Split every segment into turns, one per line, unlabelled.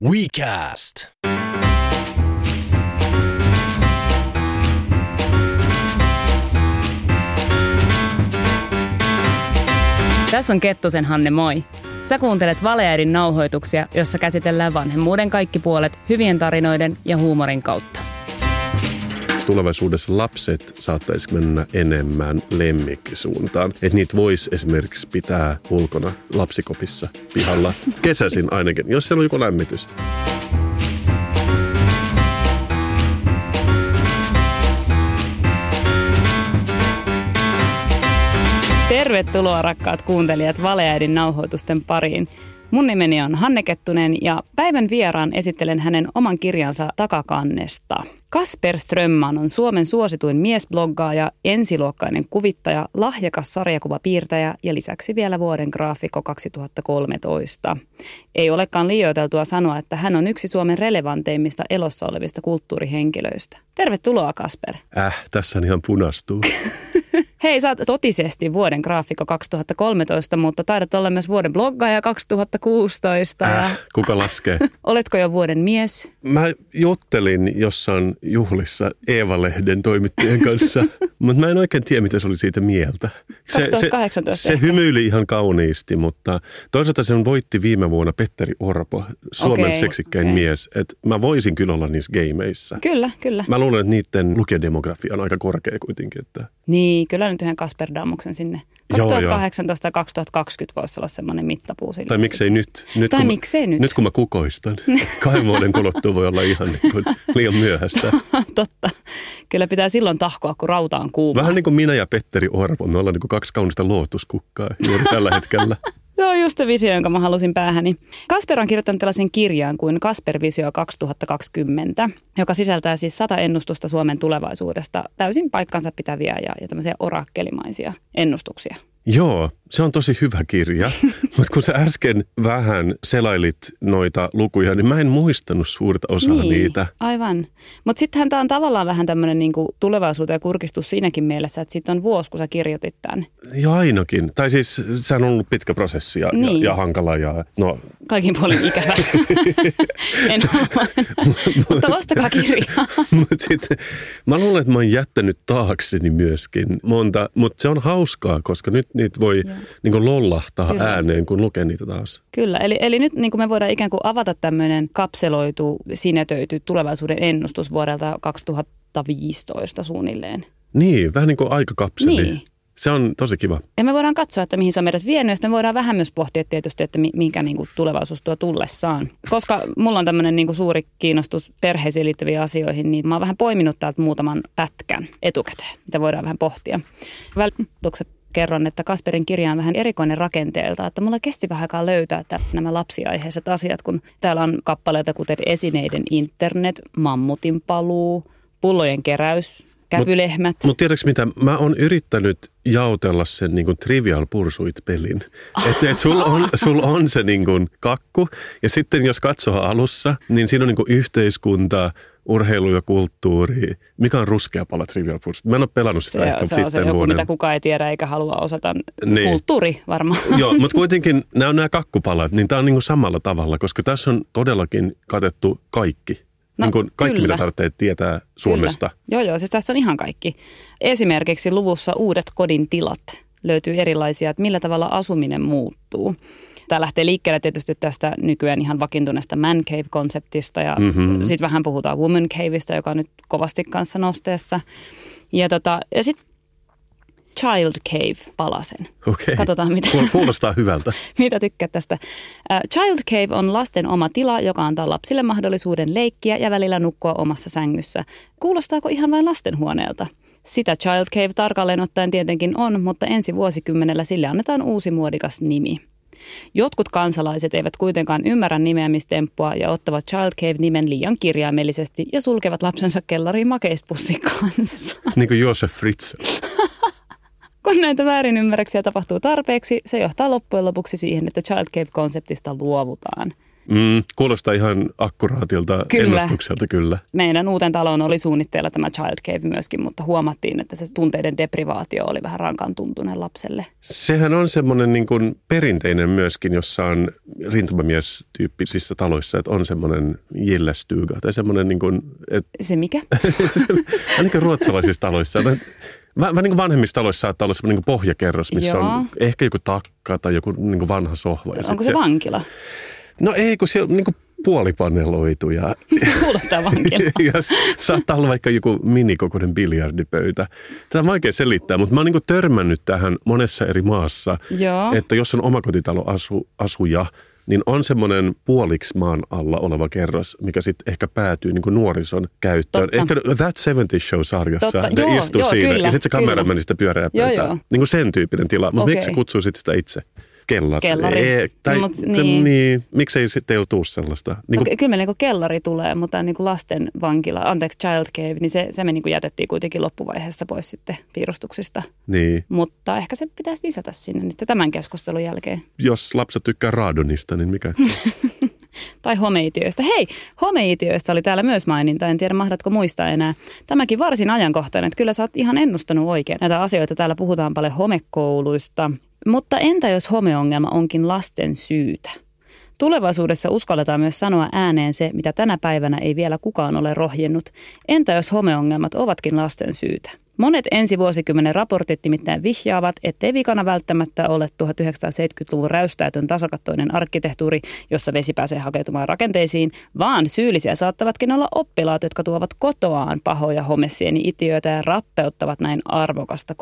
WeCast.
Tässä on Kettusen Hanne moi. Sä kuuntelet Valeerin nauhoituksia, jossa käsitellään vanhemmuuden kaikki puolet hyvien tarinoiden ja huumorin kautta.
tulevaisuudessa lapset saattaisi mennä enemmän lemmikkisuuntaan. Että niitä voisi esimerkiksi pitää ulkona lapsikopissa pihalla kesäisin ainakin, jos siellä on joku lämmitys.
Tervetuloa rakkaat kuuntelijat Valeäidin nauhoitusten pariin. Mun nimeni on Hanne Kettunen ja päivän vieraan esittelen hänen oman kirjansa takakannesta. Kasper Strömman on Suomen suosituin miesbloggaaja, ensiluokkainen kuvittaja, lahjakas sarjakuvapiirtäjä ja lisäksi vielä vuoden graafikko 2013. Ei olekaan liioiteltua sanoa, että hän on yksi Suomen relevanteimmista elossa olevista kulttuurihenkilöistä. Tervetuloa Kasper.
Äh, tässä on ihan punastuu.
Hei, sä oot totisesti vuoden graafikko 2013, mutta taidat olla myös vuoden bloggaaja 2016. Ja
Äh, kuka laskee?
oletko jo vuoden mies?
Mä juttelin jossain juhlissa Eeva-lehden toimittajien kanssa, mutta mä en oikein tiedä, mitä se oli siitä mieltä. Se,
2018
se, se
ehkä.
hymyili ihan kauniisti, mutta toisaalta sen voitti viime vuonna Petteri Orpo, Suomen
Okei,
okay, seksikkäin
okei.
okay. mies. Et mä voisin kyllä olla niissä gameissa.
Kyllä, kyllä.
Mä luulen, että niiden lukijademografia on aika korkea kuitenkin. Että
Niin, kyllä nyt yhden Kasper Daamuksen sinne.
Joo, joo.
2018 ja 2020 voisi olla semmoinen mittapuu sille.
tai miksei nyt? nyt
Tai
kun
miksei nyt?
Mä, nyt kun mä kukoistan. Kahden vuoden kuluttua voi olla ihan niin kuin liian myöhäistä.
Totta. Kyllä pitää silloin tahkoa, kun rauta on kuuma.
Vähän niin kuin minä ja Petteri Orpo, me ollaan niin kuin kaksi kaunista lootuskukkaa juuri tällä hetkellä.
Se on just se visio, jonka mä halusin päähäni. Kasper on kirjoittanut tällaisen kirjan kuin Kasper Visio 2020, joka sisältää siis sata ennustusta Suomen tulevaisuudesta, täysin paikkansa pitäviä ja, ja tämmöisiä orakkelimaisia ennustuksia.
Joo, se on tosi hyvä kirja, mutta kun sä äsken vähän selailit noita lukuja, niin mä en muistanut suurta osaa
Niin.
niitä.
aivan. Mutta sittenhän tämä on tavallaan vähän tämmöinen niinku tulevaisuuteen kurkistus siinäkin mielessä, että siitä on vuosi, kun sä kirjoitit tämän.
Ja ainakin. Tai siis sehän on ollut pitkä prosessi ja,
Niin.
ja, ja hankala ja no
Kaikin puolin ikävä. en halua. Mutta ostakaa kirjaa.
Mut sit, mä luulen, että mä oon jättänyt taakseni myöskin monta, mutta se on hauskaa, koska nyt niitä voi niin lollahtaa
Kyllä.
ääneen, kun lukee niitä taas.
Kyllä, eli, eli nyt niin kuin me voidaan ikään kuin avata tämmöinen kapseloitu, sinetöity tulevaisuuden ennustus vuodelta 2015 suunnilleen.
Niin, vähän niin kuin aikakapseli.
Niin.
Se on tosi kiva.
Ja me voidaan katsoa, että mihin se on meidät vienyt, ja sitten me voidaan vähän myös pohtia tietysti, että mi- mikä niin kuin tulevaisuus tuo tullessaan. Koska mulla on tämmöinen niin kuin suuri kiinnostus perheisiin liittyviin asioihin, niin mä oon vähän poiminut täältä muutaman pätkän etukäteen, mitä voidaan vähän pohtia. Vältukset kerron, että Kasperin kirja on vähän erikoinen rakenteelta, että mulla kesti vähän aikaa löytää että nämä lapsiaiheiset asiat, kun täällä on kappaleita kuten esineiden internet, mammutin paluu, pullojen keräys, käpylehmät.
Mutta tiedätkö mitä, mä oon yrittänyt jaotella sen niin kuin Trivial Pursuit-pelin. Että et sulla on, sul on se niin kuin kakku ja sitten jos katsoo alussa, niin siinä on niin kuin yhteiskunta, urheilu ja kulttuuri. Mikä on ruskea pala Trivial Pursuit? Mä en ole pelannut sitä
Se,
ehkä
se on se
sitten
joku,
vuoden.
mitä kukaan ei tiedä eikä halua osata.
Niin.
Kulttuuri varmaan.
Joo, mutta kuitenkin nämä on nämä kakkupalat, niin tämä on niinku samalla tavalla, koska tässä on todellakin katettu kaikki.
No,
No, niinku kaikki,
kyllä.
mitä tarvitsee tietää Suomesta.
Kyllä. Joo, joo, siis tässä on ihan kaikki. Esimerkiksi luvussa uudet kodin tilat löytyy erilaisia, että millä tavalla asuminen muuttuu. Tämä lähtee liikkeelle tietysti tästä nykyään ihan vakiintuneesta man cave-konseptista ja mm-hmm. sitten vähän puhutaan woman caveista, joka on nyt kovasti kanssa nosteessa. Ja, tota, ja sitten child cave palasen.
Okei.
Katsotaan, mitä-
Kuul- Kuulostaa hyvältä. Siis
Mitä tykkäät tästä? Ä, Child Cave on lasten oma tila, joka antaa lapsille mahdollisuuden leikkiä ja välillä nukkua omassa sängyssä. Kuulostaako ihan vain lastenhuoneelta? Sitä Child Cave tarkalleen ottaen tietenkin on, mutta ensi vuosikymmenellä sille annetaan uusi muodikas nimi. Jotkut kansalaiset eivät kuitenkaan ymmärrä nimeämistemppua ja ottavat Child Cave-nimen liian kirjaimellisesti ja sulkevat lapsensa kellariin makeispussin kanssa.
Niin kuin Josef Fritz.
Kun näitä väärinymmärryksiä tapahtuu tarpeeksi, se johtaa loppujen lopuksi siihen, että Child Cave-konseptista luovutaan.
Mm, kuulostaa ihan akkuraatilta
Kyllä.
ennustukselta kyllä.
Meidän uuteen taloon oli suunnitteilla tämä child cave myöskin, mutta huomattiin, että se tunteiden deprivaatio oli vähän rankan tuntunen lapselle.
Sehän on semmoinen niin kuin perinteinen myöskin jossain rintamamiestyyppisissä taloissa, että on semmoinen jillestyga tai semmoinen, niin kuin, että
Se mikä?
ainakin ruotsalaisissa taloissa. Mä, mä, mä niin kuin vanhemmissa taloissa saattaa olla semmoinen niin kuin pohjakerros, missä
Joo.
on ehkä joku takka tai joku niin kuin vanha sohva. Ja sit
Onko se vankila?
No ei, kun siellä on niin kuin puolipaneloitu ja,
Kuulostaa vankila.
ja s- saattaa olla vaikka joku minikokoinen biljardipöytä. Tämä on vaikea selittää, mutta mä oon niin kuin törmännyt tähän monessa eri maassa –
Joo.
että jos on omakotitalo asu, asuja, niin on semmoinen puoliksi maan alla oleva kerros, mikä sitten ehkä päätyy niin nuorison käyttöön.
Totta.
Ehkä That 70 Show-sarjassa
Totta,
ne
joo,
istuu
joo,
siinä
kyllä,
ja sitten se
kyllä.
kamerameni sitä pyöreää
Joo,
pöytää.
joo.
Niin kuin sen tyyppinen tila. Mutta
Okei.
miksi sä kutsuisit sitä itse? Kellari.
Kellari.
Ei, tai,
Mut
te-
niin.
niin. Miksei sit teillä tuu sellaista? Niin kuin,
Okei, kyllä meillä niin kellari tulee, mutta niin lasten vankila, anteeksi child cave, niin se, se me niin jätettiin kuitenkin loppuvaiheessa pois sitten piirustuksista.
niin.
Mutta ehkä se pitäisi lisätä sinne nyt tämän keskustelun jälkeen.
Jos lapset tykkää raadonista, niin mikä?
Tai homeitiöistä. Hei, homeitiöistä oli täällä myös maininta, en tiedä mahdatko muistaa enää. Tämäkin varsin ajankohtainen, että kyllä sä oot ihan ennustanut oikein näitä asioita. Täällä puhutaan paljon homekouluista. Mutta entä jos homeongelma onkin lasten syytä? Tulevaisuudessa uskalletaan myös sanoa ääneen se, mitä tänä päivänä ei vielä kukaan ole rohjennut. Entä jos homeongelmat ovatkin lasten syytä? Monet ensi vuosikymmenen raportit nimittäin vihjaavat, ettei vikana välttämättä ole 1970-luvun räystäytön tasakattoinen arkkitehtuuri, jossa vesi pääsee hakeutumaan rakenteisiin, vaan syyllisiä saattavatkin olla oppilaat, jotka tuovat kotoaan pahoja homesieni-itiöitä ja rappeuttavat näin arvokasta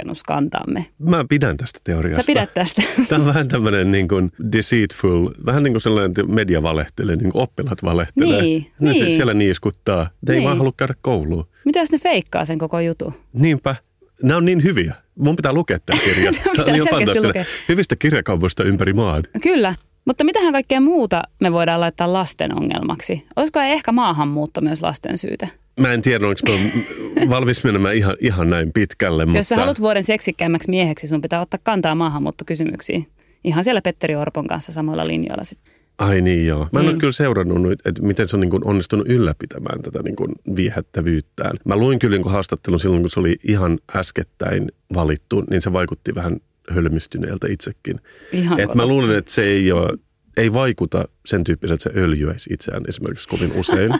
koulurakennuskantamme.
Mä pidän tästä teoriasta.
Sä pidät tästä.
Tämä on vähän tämmöinen niin kuin deceitful, vähän niin kuin sellainen, että media valehtelee, niin kuin oppilaat valehtelee.
Niin,
ne
niin.
se- Siellä niiskuttaa. Ne ei
Niin.
vaan halua käydä kouluun.
Mitä jos ne feikkaa sen koko jutun?
Niinpä. Nämä on niin hyviä. Mun pitää lukea tämä
Tää
kirja.
pitää
ihan
selkeästi
fantastinen.
lukea.
Hyvistä kirjakaupoista ympäri maan.
Kyllä, mutta mitähän kaikkea muuta me voidaan laittaa lasten ongelmaksi? Olisiko ehkä maahanmuutto myös lasten syytä?
Mä en tiedä, onko mä valmis menemään ihan, ihan näin pitkälle,
Jos sä
mutta
haluat vuoden seksikkäämmäksi mieheksi, sun pitää ottaa kantaa maahanmuuttokysymyksiin. Ihan siellä Petteri Orpon kanssa samoilla linjoilla sitten.
ai niin joo. Mä en ole kyllä seurannut, nyt, että miten se on niin kuin onnistunut ylläpitämään tätä niin kuin viehättävyyttään. Mä luin kyllä niin kuin haastattelun silloin, kun se oli ihan äskettäin valittu, niin se vaikutti vähän hölmistyneeltä itsekin.
Ihan
Et mä luulen, että se ei, ole, ei vaikuta sen tyyppiseltä, että se öljyäisi itseään esimerkiksi kovin usein,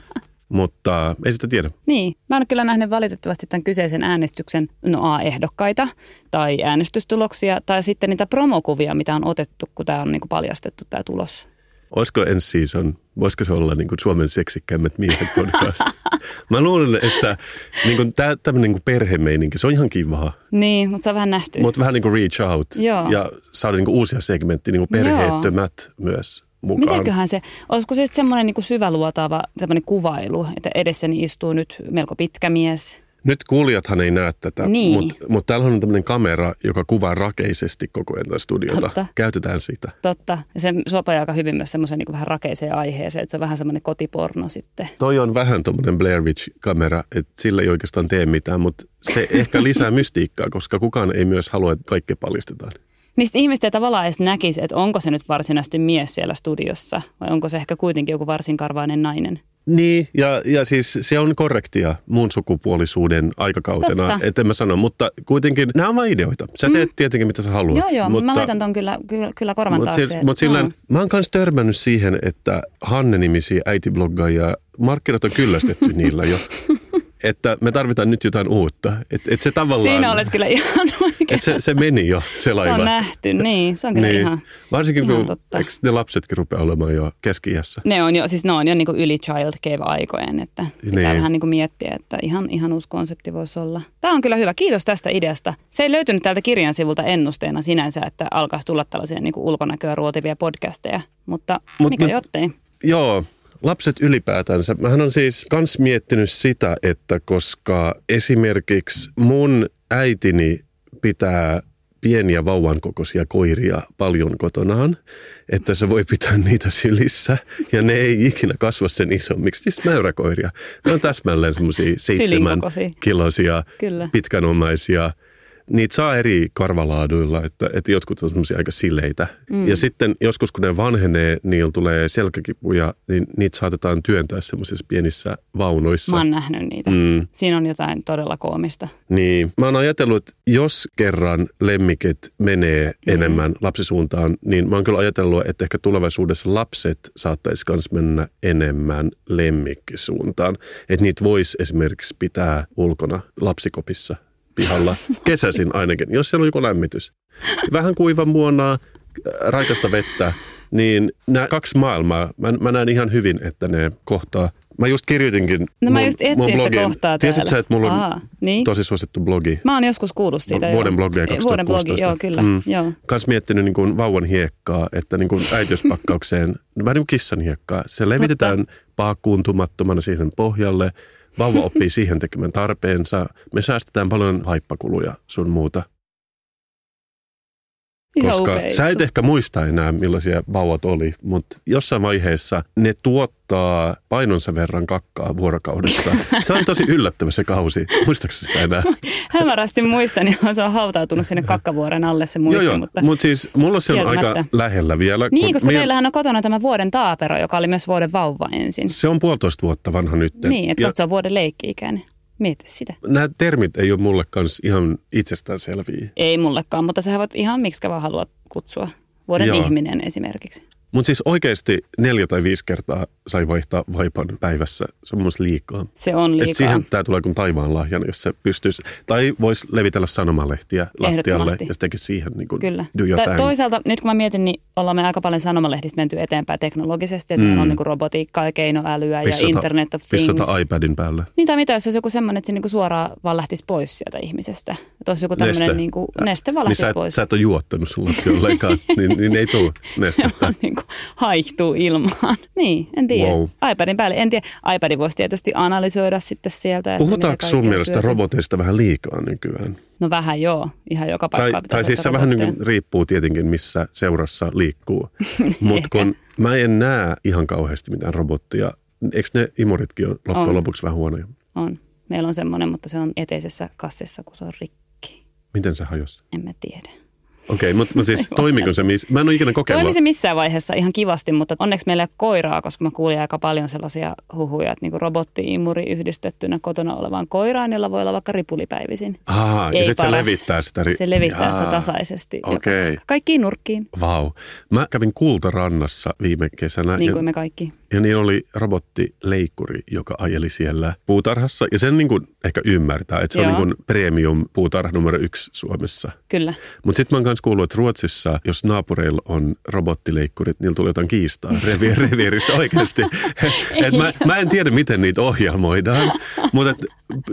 mutta ei sitä tiedä.
Niin, mä en ole kyllä nähnyt valitettavasti tämän kyseisen äänestyksen no A-ehdokkaita tai äänestystuloksia tai sitten niitä promokuvia, mitä on otettu, kun tämä on niinku paljastettu tämä tulos.
Olisiko ensi season, voisiko se olla niin kuin Suomen seksikkäimmät miehet podcast? Mä luulen, että niin kuin tää, tämmöinen niin perhemeininki, se on ihan kivaa,
Niin, mutta se on vähän nähty.
mutta vähän niin kuin reach out
Joo.
ja saada niin kuin uusia segmenttejä, niin kuin
Joo.
perheettömät myös mukaan.
Mitenköhän se, olisiko se sitten semmoinen niinku syväluotaava tämmöinen kuvailu, että edessäni istuu nyt melko pitkä mies.
Nyt kuulijathan ei näe tätä,
Niin.
mutta mut täällä on tämmöinen kamera, joka kuvaa rakeisesti koko ajan tätä studiota.
Totta.
Käytetään sitä.
Totta, ja se sopii aika hyvin myös semmoiseen niinku vähän rakeiseen aiheeseen, että se on vähän semmoinen kotiporno sitten.
Toi on vähän tuommoinen Blair Witch-kamera, että sillä ei oikeastaan tee mitään, mutta se ehkä lisää mystiikkaa, koska kukaan ei myös halua, että kaikki paljastetaan.
Niistä ihmistä ei tavallaan edes näkisi, että onko se nyt varsinaisesti mies siellä studiossa vai onko se ehkä kuitenkin joku varsinkarvainen nainen.
Niin, ja, ja siis se on korrektia muun sukupuolisuuden aikakautena,
Totta. Mm.
että en mä sano, mutta kuitenkin nämä on vain ideoita. Sä teet tietenkin, mitä sä haluat.
Joo, joo, mutta, mä
mutta-
laitan ton kyllä, kyllä, kyllä korvan
Mutta
taakse.
mut silleen, mä oon myös törmännyt siihen, että Hanne-nimisiä äitibloggaajia, markkinat on kyllästetty niillä jo. Että me tarvitaan nyt jotain uutta. Et, et se
Joo.
tavallaan,
Siinä olet kyllä ihan oikein.
et se, se meni jo, se
Se
laiva.
on nähty, niin, se on kyllä
Niin.
ihan.
Varsinkin
ihan
kun
totta.
eikö ne lapsetkin rupeaa olemaan jo keski
Ne on jo, siis ne on jo niinku yli child cave aikojen, että pitää
Niin.
vähän niinku miettiä, että ihan, ihan uusi konsepti voisi olla. Tämä on kyllä hyvä, kiitos tästä ideasta. Se ei löytynyt täältä kirjan sivulta ennusteena sinänsä, että alkaisi tulla tällaisia niinku ulkonäköä ruotivia podcasteja, mutta
Mut-
mikä
mut-
jottei.
Joo, lapset ylipäätänsä. Mähän on siis kans miettinyt sitä, että koska esimerkiksi mun äitini pitää pieniä vauvan kokoisia koiria paljon kotonaan, että se voi pitää niitä sylissä ja ne ei ikinä kasva sen isommiksi. Siis mäyräkoiria. Ne on täsmälleen semmoisia seitsemän
kokoisia.
kiloisia,
Kyllä.
pitkänomaisia, niitä saa eri karvalaaduilla, että, että jotkut on semmoisia aika sileitä. Mm. Ja sitten joskus kun ne vanhenee, niillä tulee selkäkipuja, niin niitä saatetaan työntää semmoisissa pienissä vaunuissa.
Mä oon nähnyt niitä. Mm. Siinä on jotain todella koomista.
Niin, mä oon ajatellut, että jos kerran lemmikit menee mm.
Mm-hmm.
enemmän lapsisuuntaan, niin mä oon kyllä ajatellut, että ehkä tulevaisuudessa lapset saattaisi myös mennä enemmän lemmikkisuuntaan. Että niitä voisi esimerkiksi pitää ulkona lapsikopissa pihalla, kesäisin ainakin, jos siellä on joku lämmitys. Vähän kuiva muonaa, äh, raikasta vettä, niin nämä kaksi maailmaa, mä, mä näen ihan hyvin, että ne kohtaa. Mä just kirjoitinkin
No mä just etsin sitä kohtaa
Tiesit sä,
täällä.
että mulla on
Aa, niin?
tosi suosittu blogi.
Mä oon joskus kuullut siitä.
Vuoden
joo.
blogia
Vuoden
2016.
blogi, joo kyllä. Mm. Joo.
Kans miettinyt niin kuin vauvan hiekkaa, että niin kuin äitiyspakkaukseen, vähän niin kuin kissan hiekkaa. Se levitetään paakkuuntumattomana siihen pohjalle. Vauva oppii siihen tekemään tarpeensa. Me säästetään paljon haippakuluja sun muuta.
Ihan
koska
upea
sä et
juttu.
ehkä muista enää, millaisia vauvat oli, mutta jossain vaiheessa ne tuottaa painonsa verran kakkaa vuorokaudessa. Se on tosi yllättävä se kausi. Muistaakseni sitä enää?
Hämärästi muistan, ja se on hautautunut sinne kakkavuoren alle se
joo,
muisti,
joo.
mutta...
Mutta Mut siis mulla se on aika
Kieltämättä.
lähellä vielä.
Niin,
kun
koska
meidän-
teillähän on kotona tämä vuoden taapero, joka oli myös vuoden vauva ensin.
Se on puolitoista vuotta vanha nyt.
Niin, että
ja
kohta se on vuoden leikki-ikäinen. Mieti sitä.
nämä termit ei ole mulle kanssa ihan itsestäänselviä.
Ei mullekaan, mutta sä voit ihan miksi vaan haluat kutsua. Vuoden
Joo.
ihminen esimerkiksi.
Mutta siis oikeasti neljä tai viisi kertaa sai vaihtaa vaipan päivässä. Se on mun mielestä liikaa.
Se on
Et
liikaa.
siihen tämä tulee kuin taivaan lahjana, jos se pystyisi, tai voisi levitellä sanomalehtiä lattialle
Ehdottomasti.
ja se tekisi siihen niin kuin
Kyllä.
do
Tai
jotain.
toisaalta, nyt kun mä mietin, niin ollaan me aika paljon sanomalehdistä menty eteenpäin teknologisesti, että
Mm.
mm. meillä on niin kuin robotiikkaa ja keinoälyä ja Internet of Things.
Pissata iPadin päälle.
Niin tai mitä, jos olisi joku semmoinen, että se niinku suoraan vaan lähtisi pois sieltä ihmisestä. Että olisi joku
Neste.
tämmöinen niinku, neste vaan
Niin
lähtisi
sä, et,
pois.
sä et ole juottanut sun lapsi ollenkaan, niin, niin ei tule
se
nestettä.
vaan niinku haihtuu ilmaan. Niin, en tiedä.
Wow.
iPadin päälle, en tiedä. iPadin voisi tietysti analysoida sitten sieltä. että
Puhutaanko
mitä
sun
kaikkea
mielestä
syöty.
roboteista vähän liikaa nykyään?
No vähän joo, ihan joka
Tai,
paikkaan
tai
pitäisi
siis se
ottaa
vähän niin
robotteja.
kuin riippuu tietenkin, missä seurassa liikkuu. Mutta kun mä en näe ihan kauheasti mitään robottia, eikö ne imuritkin ole loppujen
On.
lopuksi vähän huonoja?
On. Meillä on semmoinen, mutta se on eteisessä kassissa, kun se on rikki.
Miten se hajosi?
En mä tiedä.
Okei, mutta mut siis toimiko se? miss- Mä en ole ikinä kokeillut.
Toimi se missään vaiheessa ihan kivasti, mutta onneksi meillä ei ole koiraa, koska mä kuulin aika paljon sellaisia huhuja, että niinku robotti-imuri yhdistettynä kotona olevaan koiraan, jolla voi olla vaikka ripulipäivisin.
Aha, ja
Ei
sitten se
paras.
levittää sitä. ri-
Se levittää
Jaa.
sitä tasaisesti. joka-
Okei.
Kaikkiin nurkkiin,
Vau. Wow. Mä kävin Kultarannassa viime kesänä
niin
ja,
kuin me kaikki.
ja niin oli robottileikkuri, joka ajeli siellä puutarhassa. Ja sen niin kuin ehkä ymmärtää, että se on
Joo.
niin kuin premium puutarha numero yksi Suomessa.
Kyllä.
Mutta sitten mä oon myös kuullut, että Ruotsissa, jos naapureilla on robottileikkurit, niillä tulee jotain kiistaa revi- reviiristä oikeasti. Et mä, mä en tiedä, miten niitä ohjelmoidaan, mutta et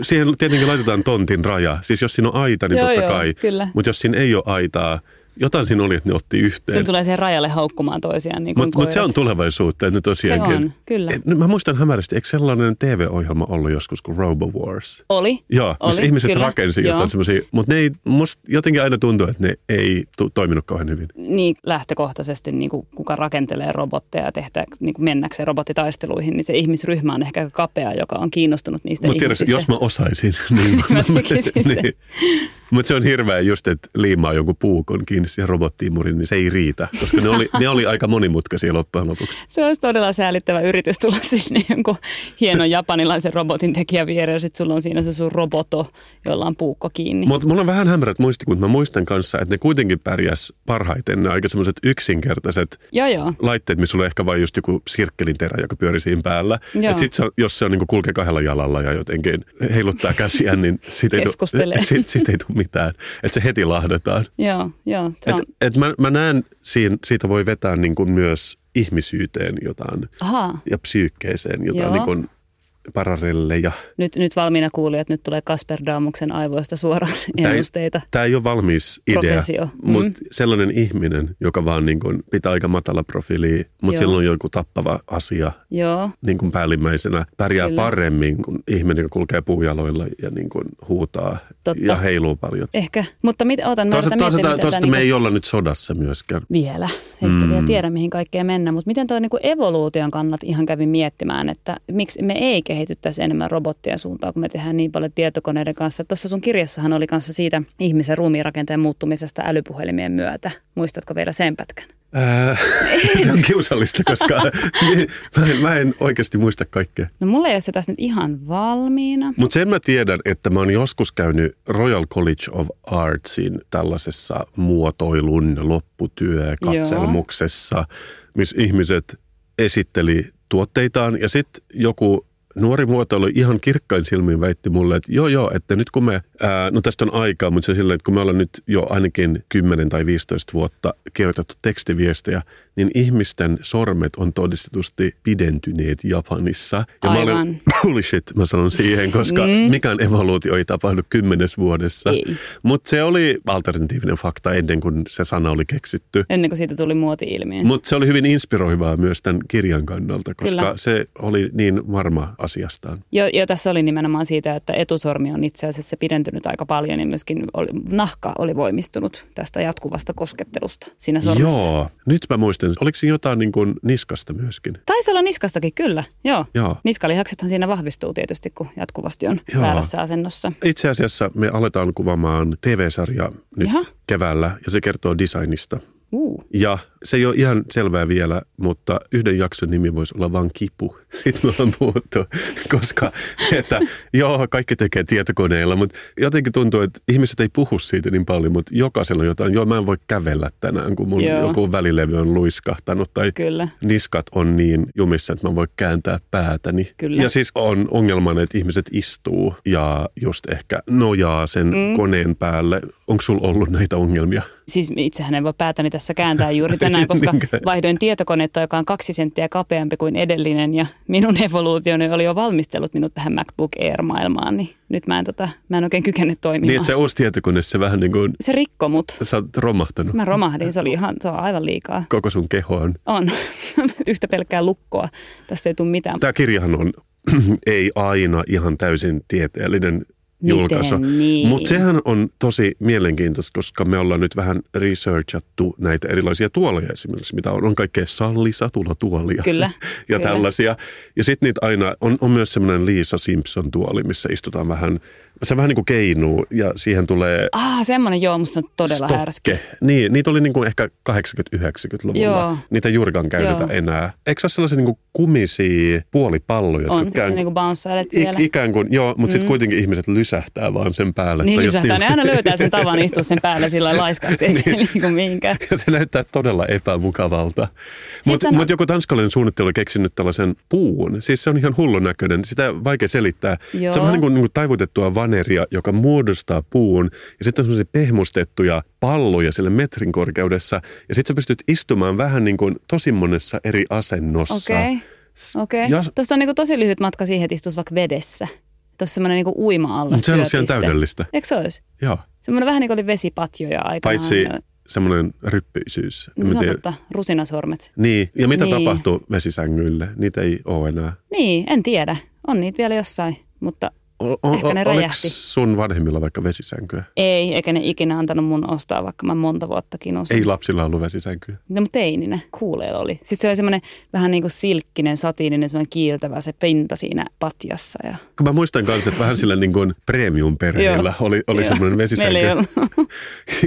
siihen tietenkin laitetaan tontin raja. Siis jos siinä on aita, niin
Joo,
totta
joo,
kai.
kyllä.
Mutta jos siinä ei ole aitaa, jotain siinä oli, että ne otti
Sen
yhteen.
tulee siihen rajalle haukkumaan toisiaan. Niin kuin
Mutta Niin. mut se on
koirat.
tulevaisuutta, että nyt
se
tosiaankin.
on, kyllä.
Et, nyt mä muistan hämärästi, eikö sellainen TV-ohjelma ollut joskus kuin Robo Wars?
Oli.
Joo,
Oli,
missä ihmiset
kyllä.
rakensi
Joo.
jotain semmoisia, mutta ne ei, musta jotenkin aina tuntuu, että ne ei tu- toiminut kauhean hyvin.
niin lähtökohtaisesti niin kuin kuka rakentelee robotteja ja tehtä, niin kuin mennäkseen robottitaisteluihin, niin se ihmisryhmä on ehkä aika kapea, joka on kiinnostunut niistä
Mutta tiedätkö,
ihmisistä.
jos mä osaisin, niin
Mä tekisin sen.
Mutta se on hirveä just, että liimaa joku puukon kiinni siihen robottiimuriin, niin se ei riitä, koska ne oli, ne oli aika monimutkaisia loppujen lopuksi.
Se olisi todella säällittävä yritys tulla sinne jonkun hienon japanilaisen robotin tekijä viereen, ja sitten sulla on siinä se sun roboto, jolla on puukko kiinni.
Mutta mulla on vähän hämärät muistikuvat. Mä muistan kanssa, että ne kuitenkin pärjäs parhaiten. Ne aika semmoiset yksinkertaiset
joo, joo.
laitteet, missä sulla on ehkä vain just joku sirkkelin terä, joka pyöri siinä päällä.
Joo.
Et sit se, on- jos se on niin kulkee kahdella jalalla ja jotenkin heiluttaa käsiä, niin siitä ei, tu-
Keskustelee.
sit, sit ei tule mitään. Että se heti lahdataan.
Joo, joo. Se
Et,
on.
et mä, mä näen, siinä, siitä voi vetää niin kuin myös ihmisyyteen jotain
Ahaa.
ja psyykkeeseen
Joo.
jotain niin kuin pararelleja.
Nyt, nyt valmiina kuulijat, nyt tulee Kasper Daamuksen aivoista suoraan ennusteita.
Tämä ei ole valmis idea,
Professio. Mm.
mutta sellainen ihminen, joka vaan niin kuin pitää aika matala profiili, mutta
Joo.
silloin on joku tappava asia
Joo,
niin kuin päällimmäisenä, pärjää
Kyllä.
paremmin kuin ihminen, joka kulkee puujaloilla ja niin kuin huutaa
Totta.
ja heiluu paljon.
ehkä. Mutta mit, ootan, mä
Toisaalta,
yritän miettiä,
toisaalta,
miten tää
toisaalta me
niinku-
ei olla nyt sodassa myöskään.
Vielä. Ei sitä
Mm.
vielä tiedä, mihin kaikkeen mennä. Mutta miten tuo niinku evoluution kannat ihan kävi miettimään, että miksi me ei kehityttäisi enemmän robottien suuntaan, kun me tehdään niin paljon tietokoneiden kanssa. Tuossa sun kirjassahan oli kanssa siitä ihmisen ruumiinrakenteen muuttumisesta älypuhelimien myötä. Muistatko vielä sen pätkän?
Ää, se on kiusallista, koska mä en, mä en oikeasti muista kaikkea.
No mulla ei ole se tässä nyt ihan valmiina.
Mutta sen mä tiedän, että mä oon joskus käynyt Royal College of Artsin tällaisessa muotoilun lopputyökatselmuksessa, missä ihmiset esitteli tuotteitaan ja sitten joku nuori muotoilu ihan kirkkain silmiin väitti mulle, että joo joo, että nyt kun me, ää, no tästä on aikaa, mutta se silleen, että kun me ollaan nyt jo ainakin 10 tai 15 vuotta kirjoitettu tekstiviestejä, niin ihmisten sormet on todistetusti pidentyneet Japanissa. Ja mä
Aivan.
olen bullshit, mä sanon siihen, koska mm. mikään evoluutio ei tapahdu kymmenes vuodessa.
Niin. Ei.
Mutta se oli alternatiivinen fakta ennen kuin se sana oli keksitty.
Ennen kuin siitä tuli muoti-ilmiö.
Mutta se oli hyvin inspiroivaa myös tämän kirjan kannalta, koska
Kyllä.
Kyllä. se oli niin varma asiastaan.
Ja, ja tässä oli nimenomaan siitä, että etusormi on itse asiassa pidentynyt aika paljon ja myöskin oli, nahka oli voimistunut tästä jatkuvasta koskettelusta siinä sormessa. Joo.
Joo, nyt mä muistan. Oliko siinä jotain niin kuin niskasta myöskin?
Taisi olla niskastakin, kyllä. Joo.
Joo.
Niskalihaksethan siinä vahvistuu tietysti, kun jatkuvasti on Joo.
Joo.
väärässä asennossa.
Itse asiassa me aletaan kuvaamaan TV-sarjaa nyt
Jaha.
keväällä ja se kertoo designista.
Uh.
Ja se ei ole ihan selvää vielä, mutta yhden jakson nimi voisi olla vaan kipu. Siitä me ollaan puhuttu, koska että, joo, kaikki tekee tietokoneilla, mutta jotenkin tuntuu, että ihmiset ei puhu siitä niin paljon, mutta jokaisella on jotain. Joo, mä en voi kävellä tänään, kun mun
Joo.
joo. joku välilevy on luiskahtanut tai
Kyllä.
niskat on niin jumissa, että mä voin kääntää päätäni.
Kyllä.
Ja siis on ongelmana, että ihmiset istuu ja just ehkä nojaa sen mm. koneen päälle. Onko sulla ollut näitä ongelmia? Niin,
Siis itsehän en voi päätäni tässä kääntää juuri tänään, koska
Niinkö?
vaihdoin tietokonetta, joka on kaksi senttiä kapeampi kuin edellinen ja minun evoluutioni oli jo valmistellut minut tähän MacBook Air-maailmaan, niin nyt mä en, tota, mä en oikein kykene toimimaan.
Niin, että se uusi tietokone, se vähän niin kuin,
se rikko mut.
sä oot romahtanut
Mä romahdin, se oli ihan, se on aivan liikaa.
koko sun kehoon.
On. Yhtä pelkkää lukkoa. Tästä ei tule mitään.
Tämä kirjahan on ei aina ihan täysin tieteellinen
Miten
julkaisu.
niin?
Mutta sehän on tosi mielenkiintoista, koska me ollaan nyt vähän researchattu näitä erilaisia tuoleja esimerkiksi, mitä on. On kaikkea sallisatulatuolia.
Kyllä,
ja
kyllä.
tällaisia. Ja sitten niitä aina, on, on myös semmoinen Liisa Simpson-tuoli, missä istutaan vähän, se vähän niin kuin keinuu ja siihen tulee
Ah, semmonen joo, musta on todella
Stokke.
härski.
Niin, niitä oli niinku ehkä 80-90-luvulla.
Joo.
Joo. Niitä ei juurikaan käytetä
Joo.
Joo. enää. Eikö se ole sellaisia niinku kumisia puolipalloja,
On,
jotka
että sä niinku bounsailet siellä.
I, ikään kuin, joo, mutta mm. sitten kuitenkin ihmiset lysähtää vaan sen päälle.
Niin
Tai jos
lisätään. Ne
niillä-
aina löytää sen tavan istua sen päällä sillä lailla laiskasti, ettei
Niin.
niinku mihinkään.
Ja se näyttää todella epämukavalta. Mutta
on-
mut joku tanskalainen suunnittelija on keksinyt tällaisen puun. Siis se on ihan hullun näköinen. Sitä on vaikea selittää.
Joo.
Se on vähän niin kuin, niin kuin taivutettua vaneria, joka muodostaa puun. Ja sitten on semmoisia pehmustettuja palloja sille metrin korkeudessa. Ja sitten sä pystyt istumaan vähän niin kuin tosi monessa eri asennossa.
Okei, okei.
Ja
Tuossa on niinku tosi lyhyt matka siihen, että istuisi vaikka vedessä. Tuossa semmoinen niinku uima-allas
Mut sehän on siellä
työpiste.
täydellistä.
Eikö se olisi?
Joo.
Semmoinen vähän niin kuin oli vesipatjoja aikanaan.
Paitsi semmoinen ryppyisyys. En
No,
mä
se on
tiedä.
totta, rusinasormet.
Niin, ja mitä
Niin.
niin. tapahtuu vesisängyille? Niitä ei ole enää.
Niin, en tiedä. On niitä vielä jossain, mutta
O- o-
Ehkä ne
o- oliks
räjähti.
sun vanhemmilla vaikka vesisänkyä?
Ei, eikä ne ikinä antanut mun ostaa, vaikka mä monta vuottakin osin.
Ei lapsilla ollut vesisänkyä.
No mutta teininä, kuuleilla oli. Sitten se oli semmoinen vähän niin kuin silkkinen, satiininen, semmoinen kiiltävä se pinta siinä patjassa. Ja...
Kun mä muistan kanssa, että vähän sillä niin kuin premium-perheillä
Joo.
oli, oli
Joo.
semmoinen
Meillä ei
vesisänky.
ollut.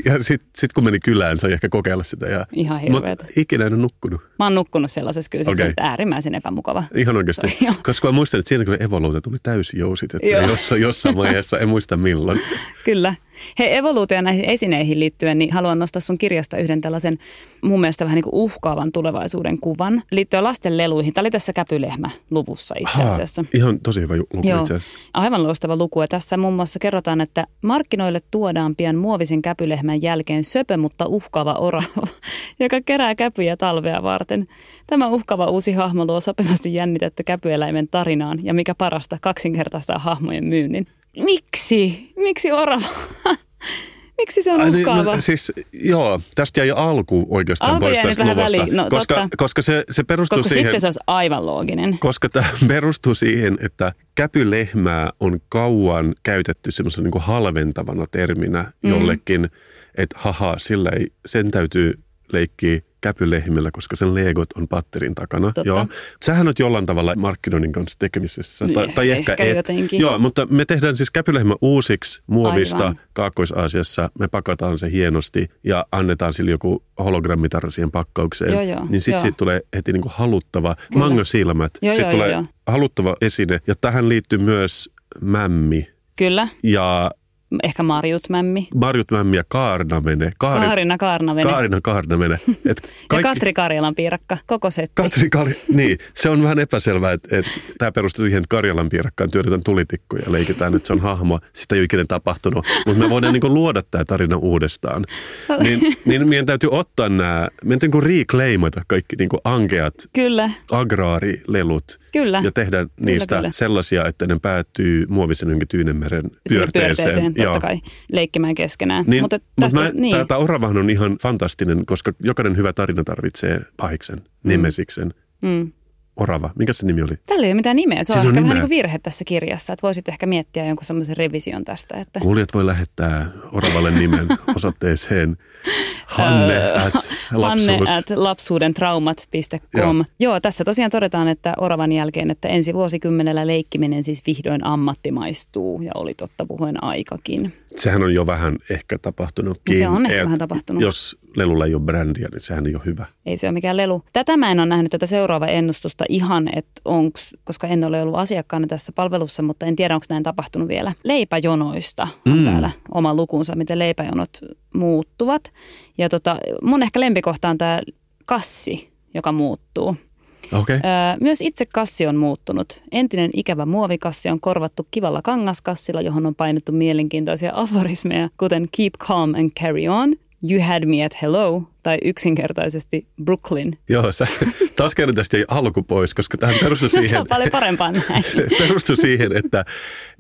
Ja sitten sit kun meni kylään, sai ehkä kokeilla sitä. Ja,
Ihan
mut
hirveetä.
ikinä en ole nukkunut.
Mä oon nukkunut sellaisessa kyllä, siis se on
Okei.
äärimmäisen epämukava.
Ihan oikeasti.
Joo.
Koska mä muistan, että siinä kyllä evoluutio tuli täysjousit. Että
Joo.
jossain, jossain vaiheessa, en muista milloin.
Kyllä. Hei, evoluutio ja näihin esineihin liittyen, niin haluan nostaa sun kirjasta yhden tällaisen mun mielestä vähän niin kuin uhkaavan tulevaisuuden kuvan liittyen lasten leluihin. Tämä oli tässä käpylehmä-luvussa itse
Ahaa,
asiassa.
ihan tosi hyvä ju- luku itse asiassa.
Aivan loistava luku. Ja tässä muun muassa kerrotaan, että markkinoille tuodaan pian muovisen käpylehmän jälkeen söpö, mutta uhkaava orava, joka kerää käpyjä talvea varten. Tämä uhkaava uusi hahmo luo sopivasti jännitettä käpyeläimen tarinaan ja mikä parasta, kaksinkertaistaa hahmojen myynnin. Miksi? Miksi orava? Miksi se on
Ai niin,
uhkaava?
no, siis, joo, tästä jäi alku oikeastaan
Alku
pois
jäi nyt
tästä
vähän
luvusta.
väliin. No,
koska,
totta.
koska se, se perustuu
Koska
siihen...
sitten se olisi aivan looginen.
Koska tämä perustuu siihen, että käpylehmää on kauan käytetty semmoisena niin
Mm.
halventavana terminä jollekin, että haha, sillä ei, sen täytyy leikkiä käpylehmillä, koska sen legot on patterin takana.
Totta.
Joo. Sähän on jollain tavalla markkinoinnin kanssa tekemisissä. Tai,
Eh,
tai ehkä,
ehkä
et.
jotenkin.
Joo, mutta me tehdään siis käpylehmä uusiksi muovista
Aivan.
Kaakkois-Aasiassa. Me pakataan se hienosti ja annetaan sille joku hologrammitarra siihen pakkaukseen.
Joo, joo,
niin sitten
joo.
siitä tulee heti niin kuin haluttava,
Kyllä.
mangosilmät.
Joo,
Siitä
joo,
tulee
joo.
haluttava esine. Ja tähän liittyy myös mämmi
Kyllä,
ja
ehkä marjut, mämmi.
Marjut Mämmi ja Kaarnamene. Kaari,
Kaarina Kaarnavene.
Kaarina Kaarnamene. Et
Ja Katri Karjalan piirakka, koko setti.
Katri Kari, niin, se on vähän epäselvää, että, että tämä perustuu siihen, että Karjalan piirakkaan työnnetään tulitikkuja ja leikitään, että se on hahmo. Sitä ei ole ikinä tapahtunut, mutta me voidaan niin luoda tämä tarina uudestaan.
Sä-
Niin, niin meidän täytyy ottaa nämä, meidän täytyy niin reclaimata kaikki niin ankeat
Kyllä,
agraarilelut
kyllä.
ja tehdä niistä
kyllä.
sellaisia, että ne päätyy muovisen jonkin Tyynenmeren
Sinne
pyörteeseen.
totta
Joo.
kai, leikkimään keskenään.
Niin,
mutta
mutta
tästä,
mä,
niin,
tämä, tämä oravahan on ihan fantastinen, koska jokainen hyvä tarina tarvitsee pahiksen, nemesiksen.
mm.
Orava, mikä se nimi oli?
Tällä ei ole mitään nimeä, se on,
Siis on
ehkä vähän
nimeä.
niin kuin virhe tässä kirjassa, että voisit ehkä miettiä jonkun semmoisen revision tästä, että
Kuulijat voi lähettää oravalle nimen osoitteeseen hanne at lapsuus.
Hanne at lapsuuden traumat.com. Joo.
Joo.
Joo, tässä tosiaan todetaan, että Oravan jälkeen, että ensi vuosikymmenellä leikkiminen siis vihdoin ammattimaistuu ja oli totta puhuen aikakin. No
Sehän on jo vähän ehkä tapahtunutkin.
Se on ehkä
Et
vähän tapahtunut.
Jos lelulla ei ole brändiä, niin sehän ei ole hyvä.
Ei se ole mikään lelu. Tätä mä en ole nähnyt tätä seuraava ennustusta ihan, että onks, koska en ole ollut asiakkaana tässä palvelussa, mutta en tiedä, onko näin tapahtunut vielä. Leipäjonoista on mm. täällä oma lukunsa, miten leipäjonot muuttuvat. Ja tota, mun ehkä lempikohta on tämä kassi, joka muuttuu.
Okei.
Ö,
Okay.
myös itse kassi on muuttunut. Entinen ikävä muovikassi on korvattu kivalla kangaskassilla, johon on painettu mielenkiintoisia aforismeja, kuten Keep calm and carry on, You had me at hello, tai yksinkertaisesti Brooklyn.
Joo, sä, taas kerran tästä ei alku pois, koska tähän perustui
No, se
siihen,
on paljon parempaa näin.
se perustui siihen, että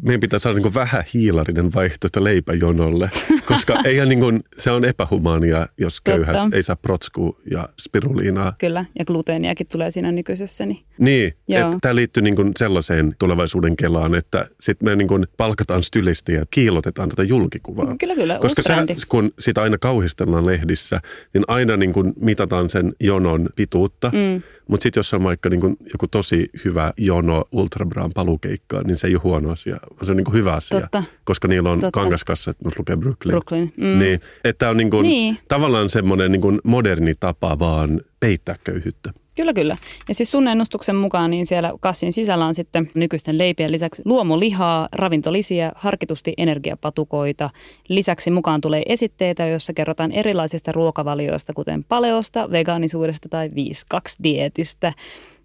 meidän pitää saada niin vähän hiilarinen vaihtoehto leipäjonolle, koska eihän niin kuin, se on epähumaania, jos köyhät
Totta.
ei saa protskua ja spiruliinaa.
Kyllä, ja gluteeniakin tulee siinä nykyisessä. Niin.
Niin,
Joo.
että tämä liittyy niin kuin sellaiseen tulevaisuuden kelaan, että sitten me niin kuin palkataan stylistiä ja kiilotetaan tätä julkikuvaa.
Kyllä, kyllä, uusi
Koska
brändi.
kun sitä aina kauhistellaan lehdissä, niin aina niin kuin mitataan sen jonon pituutta. Mm. Mutta sitten jos on vaikka niin kuin joku tosi hyvä jono ultrabraan palukeikkaa, niin se ei ole huono asia. vaan Se on niin kuin hyvä asia,
Totta.
koska niillä on
Totta.
kangaskassa, että lukee Brooklyn.
Brooklyn, mm.
Niin, että tämä on niin kuin
Niin.
tavallaan semmoinen niin kuin moderni tapa vaan peittää köyhyyttä.
Kyllä, kyllä. Ja siis sun ennustuksen mukaan niin siellä kassin sisällä on sitten nykyisten leipien lisäksi luomulihaa, ravintolisiä, harkitusti energiapatukoita. Lisäksi mukaan tulee esitteitä, joissa kerrotaan erilaisista ruokavalioista, kuten paleosta, vegaanisuudesta tai 5-2-dietistä.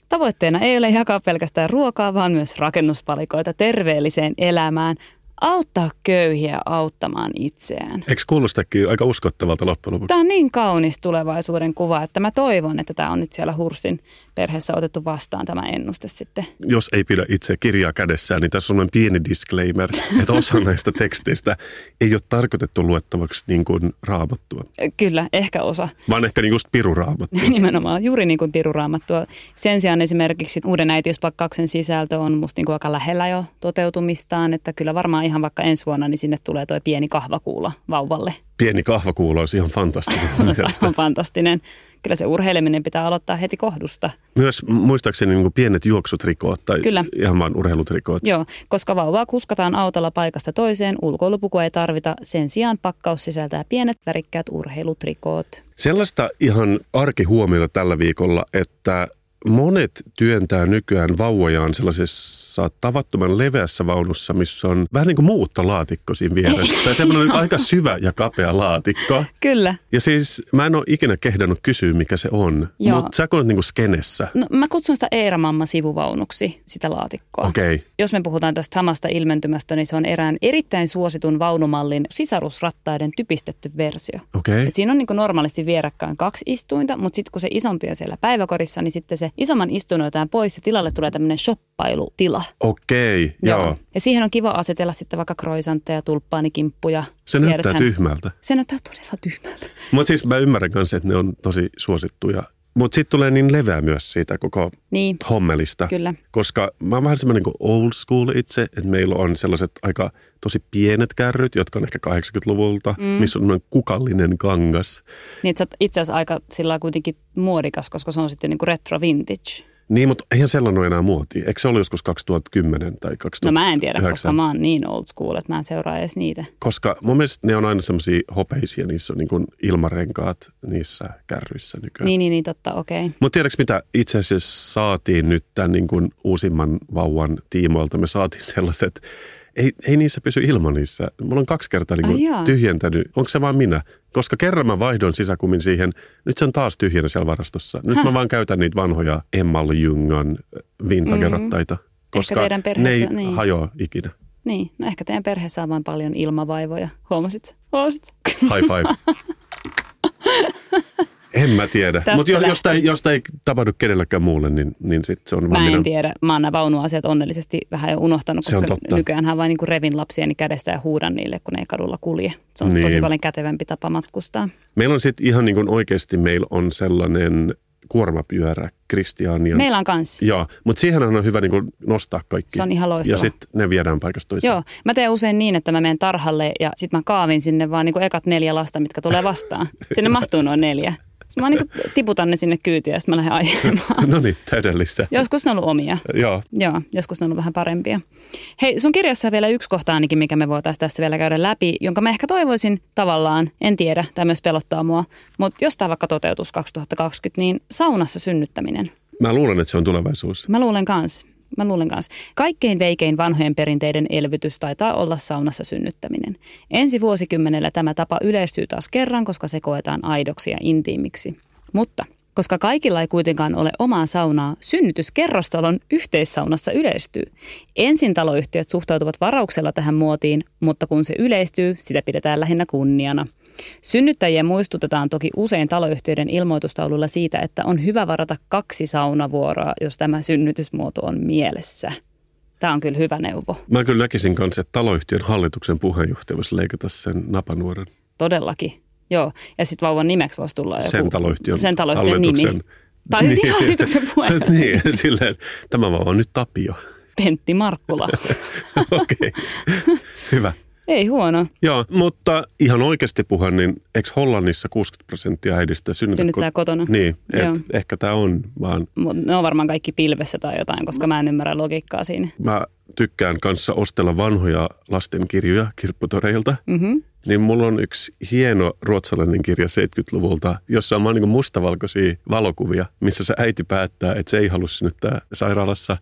Tavoitteena ei ole jakaa pelkästään ruokaa, vaan myös rakennuspalikoita terveelliseen elämään. Auttaa köyhiä auttamaan itseään.
Eikö kuulostakin aika uskottavalta loppujen lopuksi?
Tämä on niin kaunis tulevaisuuden kuva, että mä toivon, että tämä on nyt siellä Hurstin perheessä otettu vastaan tämä ennuste sitten.
Jos ei pidä itse kirjaa kädessään, niin tässä on sellainen pieni disclaimer, että osa näistä teksteistä ei ole tarkoitettu luettavaksi niin kuin raamattua,
Kyllä, ehkä osa.
vaan ehkä niin kuin just piruraamattua.
Nimenomaan juuri niin kuin piruraamattua. Sen sijaan esimerkiksi uuden äitiyspakkauksen sisältö on musta niin kuin aika lähellä jo toteutumistaan, että kyllä varmaan ihan vaikka ensi vuonna niin sinne tulee tuo pieni kahvakuula vauvalle.
Pieni kahvakuulo olisi ihan fantastinen.
Se on aivan fantastinen. Kyllä se urheileminen pitää aloittaa heti kohdusta.
Myös muistaakseni niin kuin pienet juoksutrikoot tai
Kyllä.
ihan vaan urheilutrikoot.
Joo, koska vauvaa kuskataan autolla paikasta toiseen, ulkoilupukua ei tarvita. Sen sijaan pakkaus sisältää pienet värikkäät urheilutrikoot.
Sellaista ihan arkihuomiota tällä viikolla, että monet työntää nykyään vauvojaan sellaisessa tavattoman leveässä vaunussa, missä on vähän niin kuin muutta laatikko siinä vieressä. tai semmoinen aika syvä ja kapea laatikko.
Kyllä.
Ja siis mä en ole ikinä kehdannut kysyä, mikä se on,
Joo.
mutta sä kun olet niin kuin skenessä.
No, mä kutsun sitä Eeramamma sivuvaunuksi, sitä laatikkoa.
Okei. Okay.
Jos me puhutaan tästä samasta ilmentymästä, niin se on erään erittäin suositun vaunumallin sisarusrattaiden typistetty versio.
Okei.
Et siinä on niin normaalisti vierekkäin kaksi istuinta, mutta sitten kun se isompi on siellä päiväkodissa, niin sitten se isomman istunnon otetaan pois ja tilalle tulee tämmöinen shoppailutila.
Okei, joo.
Ja siihen on kiva asetella sitten vaikka kroisantteja, tulppaanikimppuja.
Se näyttää
Tiedäthän-
tyhmältä.
Se näyttää todella tyhmältä.
Mutta siis mä ymmärrän myös, että ne on tosi suosittuja Mutta sitten tulee niin leveä myös siitä koko
Niin,
Ah. hommelista.
kyllä.
Koska mä oon vähän semmoinen kuin old school itse, että meillä on sellaiset aika tosi pienet kärryt, jotka on ehkä 80-luvulta, mm. missä on semmoinen kukallinen kangas.
Niin, että sä oot itse asiassa aika sillä lailla kuitenkin muodikas, koska se on sitten niin kuin retro vintage.
Niin, mutta eihän sellainen ole enää muoti. Eikö se ollut joskus 2010 tai 2000?
No mä en tiedä, koska mä oon niin old school, että mä en seuraa edes niitä.
Koska mun mielestä ne on aina semmoisia hopeisia, niissä on niin kuin ilmarenkaat niissä kärryissä nykyään.
Niin, niin, niin totta, okei. Okay.
Mutta tiedätkö mitä itse asiassa saatiin nyt tämän niin kuin uusimman vauvan tiimoilta? Me saatiin sellaiset, ei, ei niissä pysy ilman niissä. Mulla on kaksi kertaa niin
Ai
kuin
jaa.
tyhjentänyt. Onko se vaan minä? Koska kerran mä vaihdoin sisäkumin siihen, nyt se on taas tyhjänä siellä varastossa. Nyt mä vaan käytän niitä vanhoja Emmal Jungan vintagerottaita. Mm-hmm. Koska
Mm. teidän
ne
perheessä,
ei
niin.
hajoa ikinä.
Niin, no ehkä teidän perheessä on vain paljon ilmavaivoja. Huomasit? Huomasit?
High five. En mä tiedä.
Tästä
Mutta jos, jos,
lähtee.
tää ei- jos tää ei tapahdu kenellekään muulle, niin, niin sitten se on vaan
Mä
minä.
en tiedä. Mä oon nämä vaunuasiat onnellisesti vähän jo unohtanut,
Se on
koska
totta.
nykyäänhän vain niin revin lapsieni kädestä ja huudan niille, kun ne ei kadulla kulje. Se on niin. tosi
Niin.
paljon kätevämpi tapa matkustaa.
Meillä on sitten ihan niin kuin oikeasti, meillä on sellainen kuormapyörä Kristianian.
Meillä on kans.
Joo, mutta siihen on hyvä niin kuin nostaa kaikki.
Se on ihan loistava.
Ja sitten ne viedään paikasta toiseen.
Joo, mä teen usein niin, että mä menen tarhalle ja sit mä kaavin sinne vaan niinku ekat neljä lasta, mitkä tulee vastaan. Sinne mahtuu noin neljä. Sitten mä niinku tiputan ne sinne kyytiä ja sitten mä lähden ajelemaan.
no niin, täydellistä.
Joskus ne on ollut omia.
Joo.
Joo, joskus ne on ollut vähän parempia. Hei, sun kirjassa on vielä yksi kohta ainakin, mikä me voitaisiin tässä vielä käydä läpi, jonka mä ehkä toivoisin tavallaan, en tiedä, tämä myös pelottaa mua, mutta jos tämä vaikka toteutus 2020, niin saunassa synnyttäminen.
Mä luulen, että se on tulevaisuus.
Mä luulen kans. Mä luulen kans. Kaikkein veikein vanhojen perinteiden elvytys taitaa olla saunassa synnyttäminen. Ensi vuosikymmenellä tämä tapa yleistyy taas kerran, koska se koetaan aidoksi ja intiimiksi. Mutta koska kaikilla ei kuitenkaan ole omaa saunaa, synnytys kerrostalon yhteissaunassa yleistyy. Ensin taloyhtiöt suhtautuvat varauksella tähän muotiin, mutta kun se yleistyy, sitä pidetään lähinnä kunniana. Synnyttäjiä muistutetaan toki usein taloyhtiöiden ilmoitustaululla siitä, että on hyvä varata kaksi saunavuoroa, jos tämä synnytysmuoto on mielessä. Tämä on kyllä hyvä neuvo,
Mä kyllä näkisin kanssa, että taloyhtiön hallituksen puheenjohtaja voisi leikata sen napanuoren.
todellakin. Joo, ja sitten vauvan nimeksi voisi tulla joku...
sen taloyhtiön,
sen taloyhtiön
hallituksen.
nimi. Tai niin. hallituksen puheenjohtaja.
niin, silleen, tämä vaan on nyt Tapio.
Pentti Markkula.
Okei, hyvä.
Ei huono.
Joo, mutta ihan oikeasti puhuen, niin eikö Hollannissa 60 prosenttia äidistä synnytä?
Synnyttää
kot-
kotona.
Niin,
Joo.
et ehkä tämä on vaan.
Mut ne on varmaan kaikki pilvessä tai jotain,
No.
koska mä en ymmärrä logiikkaa siinä.
Mä tykkään kanssa ostella vanhoja lastenkirjoja kirpputoreilta.
Mm-hmm.
Niin mulla on yksi hieno ruotsalainen kirja 70-luvulta, jossa on vaan niin mustavalkoisia valokuvia, missä se äiti päättää, että se ei halua synnyttää sairaalassa,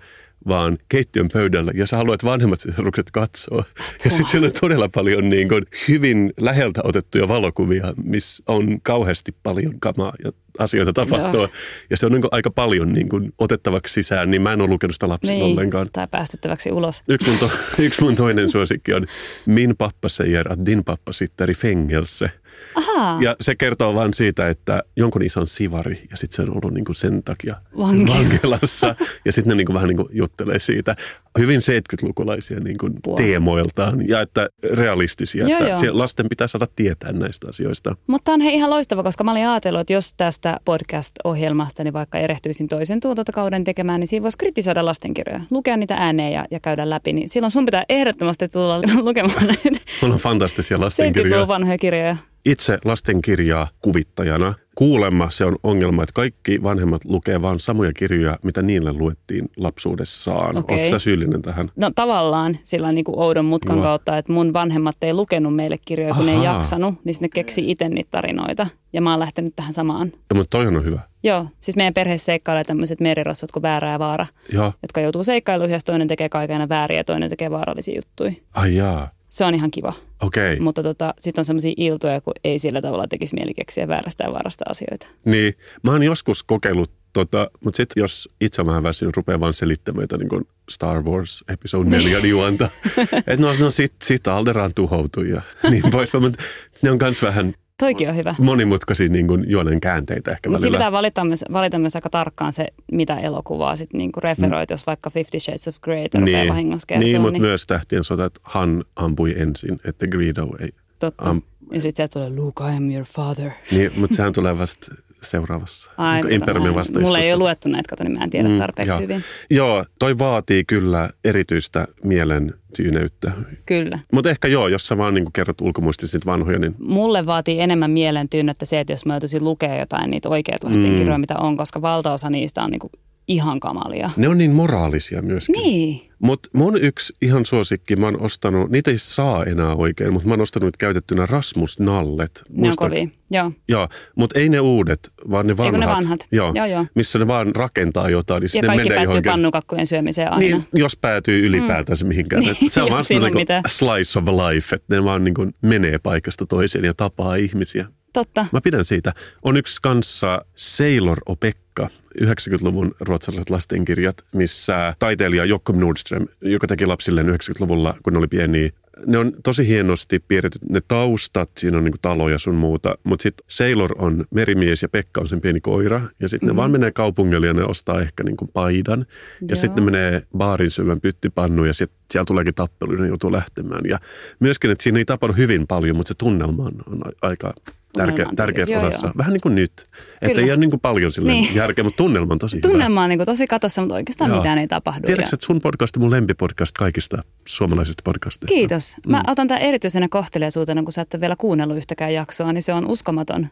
vaan keittiön pöydällä. Ja sä haluat vanhemmat sisarukset katsoa. Ja sitten siellä on todella paljon niin kuin hyvin läheltä otettuja valokuvia, missä on kauheasti paljon kamaa ja asioita tapahtuu.
Joo.
Ja se on niin kuin aika paljon niin kuin otettavaksi sisään, niin mä en ole lukenut sitä lapsille ollenkaan.
tai päästettäväksi ulos.
Yksi mun, to, yksi mun toinen suosikki on Min pappa säger att din pappa sitter i fängelse.
Ahaa,
Ja se kertoo vaan siitä, että jonkun isä on sivari ja sitten se on ollut niinku sen takia
Vankila.
vankilassa. Ja sitten ne niinku vähän niinku juttelee siitä hyvin 70-lukulaisia niinku
Apua.
teemoiltaan ja että realistisia.
Joo,
että
joo.
se- Lasten pitää saada tietää näistä asioista.
Mutta on he ihan loistava, koska mä olin ajatellut, että jos tästä podcast-ohjelmasta, niin vaikka erehtyisin toisen tuotantokauden tekemään, niin siinä voisi kritisoida lastenkirjoja, lukea niitä ääneen ja, ja käydä läpi. Niin silloin sun pitää ehdottomasti tulla lukemaan näitä
Mulla on fantastisia lastenkirjoja.
70-luvun vanhoja kirjoja.
itse lastenkirjaa kuvittajana. Kuulemma se on ongelma, että kaikki vanhemmat lukee vain samoja kirjoja, mitä niille luettiin lapsuudessaan.
Okei.
Oletko sä syyllinen tähän?
No tavallaan sillä niin kuin oudon mutkan
Joo.
kautta, että mun vanhemmat ei lukenut meille kirjoja, kun ne ei
Ahaa.
jaksanut, niin sinne keksi itse niitä tarinoita. Ja mä oon lähtenyt tähän samaan.
Ja, mutta toi on hyvä.
Joo, siis meidän perheessä seikkailee tämmöiset merirosvot kuin väärä ja vaara,
Ja,
jotka joutuu seikkailuihin, ja toinen tekee kaiken aina vääriä ja toinen tekee vaarallisia juttuja.
ai jaa,
Se on ihan kiva.
okei. Okay.
Mutta tota, sitten on sellaisia iltoja, kun ei sillä tavalla tekisi mieli keksiä väärästä ja vaarasta asioita.
Niin, mä oon joskus kokeillut Tota, mutta sitten jos itse on vähän väsynyt, rupeaa vaan selittämään jotain niin Star Wars Episode 4 juonta. Että no, no sit, sit Alderaan tuhoutui ja niin poispäin. Mutta ne on myös vähän
Toikin on hyvä.
monimutkaisia niin kuin juonen käänteitä ehkä
Mutta
välillä.
pitää valita myös, valita myös aika tarkkaan se, mitä elokuvaa sit niinku referoit, jos vaikka Fifty Shades of Grey niin. rupeaa vahingossa kertoa.
Mm. niin, mutta myös tähtien sota, että Han ampui ensin, että Greedo ei.
Totta.
Am-
ja sitten sieltä tulee, Luke, I am your father.
Niin, mutta sehän tulee vasta seuraavassa.
Ai, tota
Imperiumin
noin.
vastaiskussa.
Mulla ei ole luettu näitä, kato, niin mä en tiedä
Mm,
tarpeeksi
joo.
hyvin.
Joo, toi vaatii kyllä erityistä mielen tyyneyttä.
Kyllä.
Mutta ehkä joo, jos sä vaan niin kerrot ulkomuistisesti niitä vanhoja, niin
Mulle vaatii enemmän mielen että se, että jos mä joutuisin lukea jotain niitä oikeita lastenkirjoja, mm. mitä on, koska valtaosa niistä on niinku ihan kamalia.
ne on niin moraalisia myöskin.
Niin.
Mutta mun yksi ihan suosikki, mä oon ostanut, niitä ei saa enää oikein, mutta mä oon ostanut niitä käytettynä Rasmus Nallet.
Ne on kovia. Joo.
Joo, mutta ei ne uudet, vaan ne vanhat.
Eikö ne vanhat?
Joo,
Joo, joo.
missä ne vaan rakentaa jotain, niin
Ja
sitten ne
kaikki
menee
päättyy
johonkin.
pannukakkujen syömiseen aina.
Niin, jos päätyy ylipäätänsä mm. mihinkään.
Niin,
Et se on
jos
vaan
siinä on
semmoinen niinku
mitään.
slice of life, että ne vaan niin kuin menee paikasta toiseen ja tapaa ihmisiä.
Totta.
Mä pidän siitä. On yksi kanssa Sailor Opekka, 90-luvun ruotsalaiset lastenkirjat, missä taiteilija Jokkom Nordström, joka teki lapsilleen 90-luvulla, kun ne oli pieniä, ne on tosi hienosti piirretyt, ne taustat, siinä on niinku taloja sun muuta, mutta sitten Sailor on merimies ja Pekka on sen pieni koira, ja sitten mm-hmm. ne vaan menee kaupungille ja ne ostaa ehkä niinku paidan, ja
Joo.
sitten ne menee baarin syömään pyttipannuun, ja sit, siellä tuleekin tappelu, ja ne joutuu lähtemään. Ja myöskin, että siinä ei tapahdu hyvin paljon, mutta se tunnelma on, on a- aika tärkeä,
Tunnelma on
tärkeä
tärkeä. Joo,
osassa.
joo.
Vähän niin kuin nyt. Että
Kyllä.
ei ole niin kuin paljon silleen
Niin.
järkeä, mutta tunnelma on tosi hyvä.
Tunnelma on niin tosi katossa, mutta oikeastaan
Joo.
mitään ei tapahdu.
Tiedätkö,
Ja-
että sun podcast on mun lempipodcast kaikista suomalaisista podcasteista?
Kiitos. Mä
Mm.
otan tämän erityisenä kohteliaisuutena, kun sä et ole vielä kuunnellut yhtäkään jaksoa, niin se on uskomaton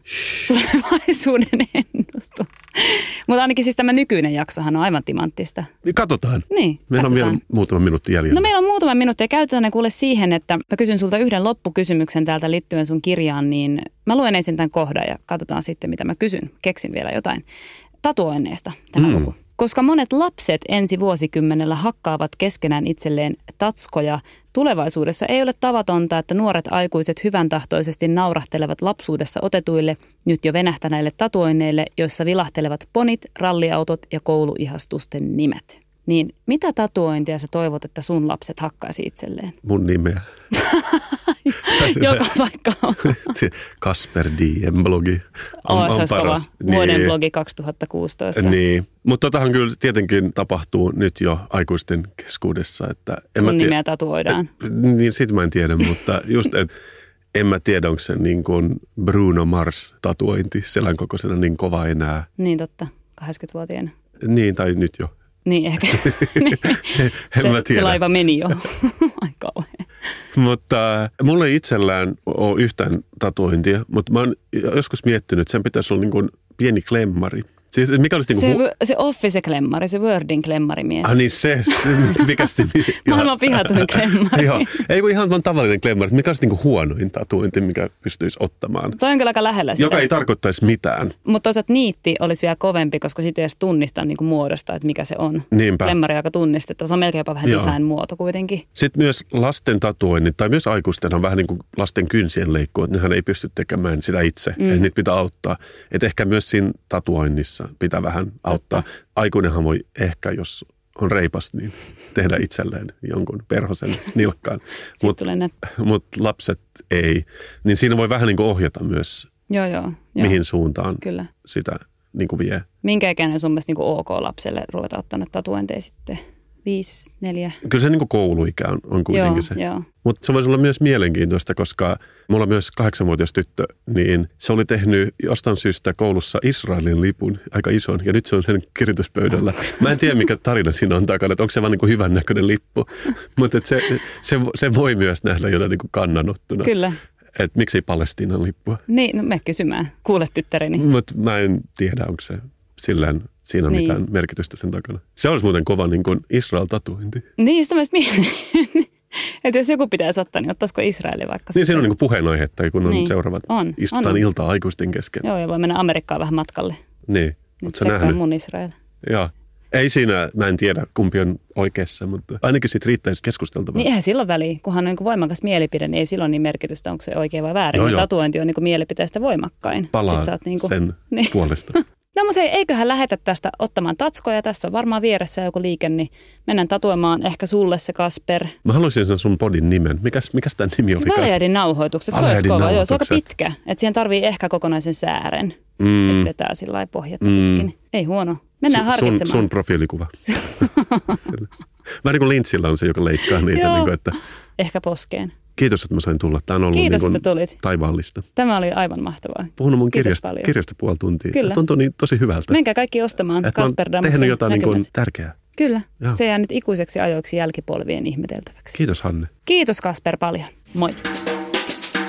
tulevaisuuden ennustus. Mutta ainakin siis tämä nykyinen jaksohan on aivan timanttista.
Niin Katsotaan.
Niin,
Meillä on
katsotaan.
vielä muutama minuutti jäljellä.
No meillä on muutama minuutti ja käytetään ne kuule siihen, että mä kysyn sulta yhden loppukysymyksen täältä liittyen sun kirjaan, niin mä luen ensin tämän kohdan ja katsotaan sitten mitä mä kysyn. Keksin vielä jotain. Tatuoinneista tämä
Mm.
mm. luku. Koska monet lapset ensi vuosikymmenellä hakkaavat keskenään itselleen tatskoja, tulevaisuudessa ei ole tavatonta, että nuoret aikuiset hyvän tahtoisesti naurahtelevat lapsuudessa otetuille, nyt jo venähtäneille tatuoinneille, joissa vilahtelevat ponit, ralliautot ja kouluihastusten nimet. Niin mitä tatuointia sä toivot, että sun lapset hakkaisi itselleen?
Mun nimeä.
Joka vaikka on.
Kasper Diem-blogi. On,
Oh, se olisi kova.
paras.
Vuoden
Niin.
blogi 2016.
Niin, mutta totahan kyllä tietenkin tapahtuu nyt jo aikuisten keskuudessa. Että en mä
Sun
tie-
nimeä tatuoidaan.
Niin sit mä en tiedä, mutta just, et, en mä tiedä, onko se niin kuin Bruno Mars tatuointi selän kokoisena niin kova enää.
Niin totta, 80-vuotiaana.
Niin, tai nyt jo.
Niin ehkä. Niin.
En
se,
mä
se
tiedä.
laiva meni jo. Ai kauhean.
Mutta äh, mulla ei itsellään ole yhtään tatuointia, mutta mä oon joskus miettinyt, että sen pitäisi olla niin kuin pieni klemmari. Siis et mikä olisi niin
Se,
kuin...
w- se Office-klemmari, se Wordin klemmarimies.
Ah niin se, se- mikä se nimi-
Maailman vihatuin klemmari.
Joo, ei kun ihan vaan tavallinen klemmari, että mikä olisi niin kuin huonoin tatuointi, mikä pystyisi ottamaan.
Toi on kyllä aika lähellä sitä.
Joka ei tarkoittaisi mitään.
Mutta toisaalta niitti olisi vielä kovempi, koska sitä ei edes tunnista niin kuin muodosta, että mikä se on.
Niinpä.
Klemmari on aika tunnistettu. Se on melkein jopa vähän
Joo.
design muoto kuitenkin.
Sitten myös lasten tatuoinnit, tai myös aikuisten on vähän niin kuin lasten kynsien leikku, että nehän ei pysty tekemään sitä itse, mm. että niitä pitää auttaa. Että ehkä myös siinä tatuoinnissa pitää vähän auttaa. Aikuinenhan voi ehkä, jos on reipas, niin tehdä itselleen jonkun perhosen nilkkaan.
Sitten
Mutta
tulee näitä.
mut lapset ei. Niin siinä voi vähän niin kuin ohjata myös,
Joo, joo. joo.
Joo. mihin suuntaan
Kyllä.
sitä niin kuin vie.
Minkä ikäinen sun mielestä niin kuin ok lapselle ruveta ottaa nyt tatuointeja sitten? Viisi, neljä?
Kyllä se niin kuin kouluikä on, on kuitenkin
joo,
se.
joo.
Mutta se voisi olla myös mielenkiintoista, koska mulla on myös kahdeksanvuotias tyttö, niin se oli tehnyt jostain syystä koulussa Israelin lipun, aika ison, ja nyt se on sen kirjoituspöydällä. Mä en tiedä, mikä tarina siinä on takana, että onko se vaan niinku hyvän näköinen lippu, mutta se, se, se, voi myös nähdä jonain niinku kannanottona,
Kyllä.
että miksei Palestiinan lippua.
Niin, no me kysymään. Kuule tyttäreni.
Mutta mä en tiedä, onko se sillään siinä on
Niin.
mitään merkitystä sen takana. Se olisi muuten kova niin kuin Israel-tatuointi.
Niin, sitä mä sit mietin, että jos joku pitäisi ottaa, niin ottaisiko Israeli vaikka?
Niin
sitten?
siinä on niin puheenaihe, tai kun on niin.
Niin.
seuraavat
On,
istutaan
on.
iltaa aikuisten kesken.
Joo, ja voi mennä Amerikkaan vähän matkalle.
Niin,
Nyt
oot sä
se on
nähnyt?
mun Israel.
Joo. Ei siinä, mä en tiedä kumpi on oikeassa, mutta ainakin siitä riittäisi keskusteltavaa.
Niin eihän silloin väliä, kunhan on niin voimakas mielipide, niin ei silloin niin merkitystä, onko se oikein vai väärin.
Joo,
Joo,
joo.
Tatuointi on niin kuin mielipiteestä voimakkain.
Palaan
Sit sä oot niin
niin
kuin,
sen
Niin.
puolesta.
No mutta hei, eiköhän lähetä tästä ottamaan tatskoja. Tässä on varmaan vieressä joku liike, niin mennään tatuoimaan ehkä sulle se Kasper.
Mä haluaisin sen sun podin nimen. Mikäs, mikäs tämän nimi oli?
Valejadin nauhoitukset, se olisi
Valejadin
kova. Joo, se on aika
nauhoitukset.
pitkä. Että siihen tarvii ehkä kokonaisen säären,
Mm.
mm. että vetää sillä lailla pohjetta
Mm.
mm. pitkin. Ei huono. Mennään
Su- sun,
harkitsemaan.
sun profiilikuva. Vähän niin kuin Lintsillä on se, joka leikkaa niitä.
Joo.
niin kuin, että,
Ehkä poskeen.
Kiitos, että mä sain tulla. Tämä on ollut
Kiitos,
niin
että
kuin
tulit.
taivaallista.
Tämä oli aivan mahtavaa.
Puhunut mun
Kiitos
kirjasta,
paljon.
kirjasta puoli tuntia.
Kyllä.
Tämä tuntuu niin tosi hyvältä.
Menkää kaikki ostamaan
että mä
Kasper
oon
Damuksen
tehnyt jotain niin kuin
näkymät.
tärkeää.
Kyllä,
Joo.
se jää nyt ikuiseksi ajoiksi jälkipolvien ihmeteltäväksi.
Kiitos Hanne.
Kiitos Kasper paljon. Moi.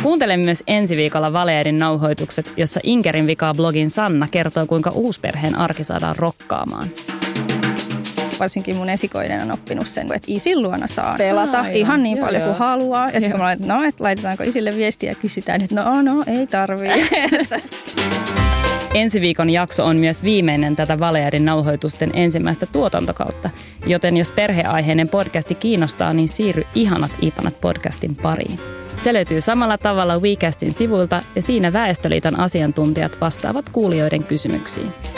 Kuuntele myös ensi viikolla Valeerin nauhoitukset, jossa Inkerin vikaa blogin Sanna kertoo, kuinka uusperheen arki saadaan rokkaamaan.
varsinkin mun esikoinen on oppinut sen, että isin luona saa pelata
Aivan,
Aivan, ihan niin
joo,
paljon
joo.
kuin haluaa. Ja
Joo.
sitten mä olen, että no, että laitetaanko isille viestiä ja kysytään, että no, no, ei tarvii.
Ensi viikon jakso on myös viimeinen tätä Valeerin nauhoitusten ensimmäistä tuotantokautta, joten jos perheaiheinen podcasti kiinnostaa, niin siirry Ihanat Ipanat podcastin pariin. Se löytyy samalla tavalla WeCastin sivuilta ja siinä Väestöliiton asiantuntijat vastaavat kuulijoiden kysymyksiin.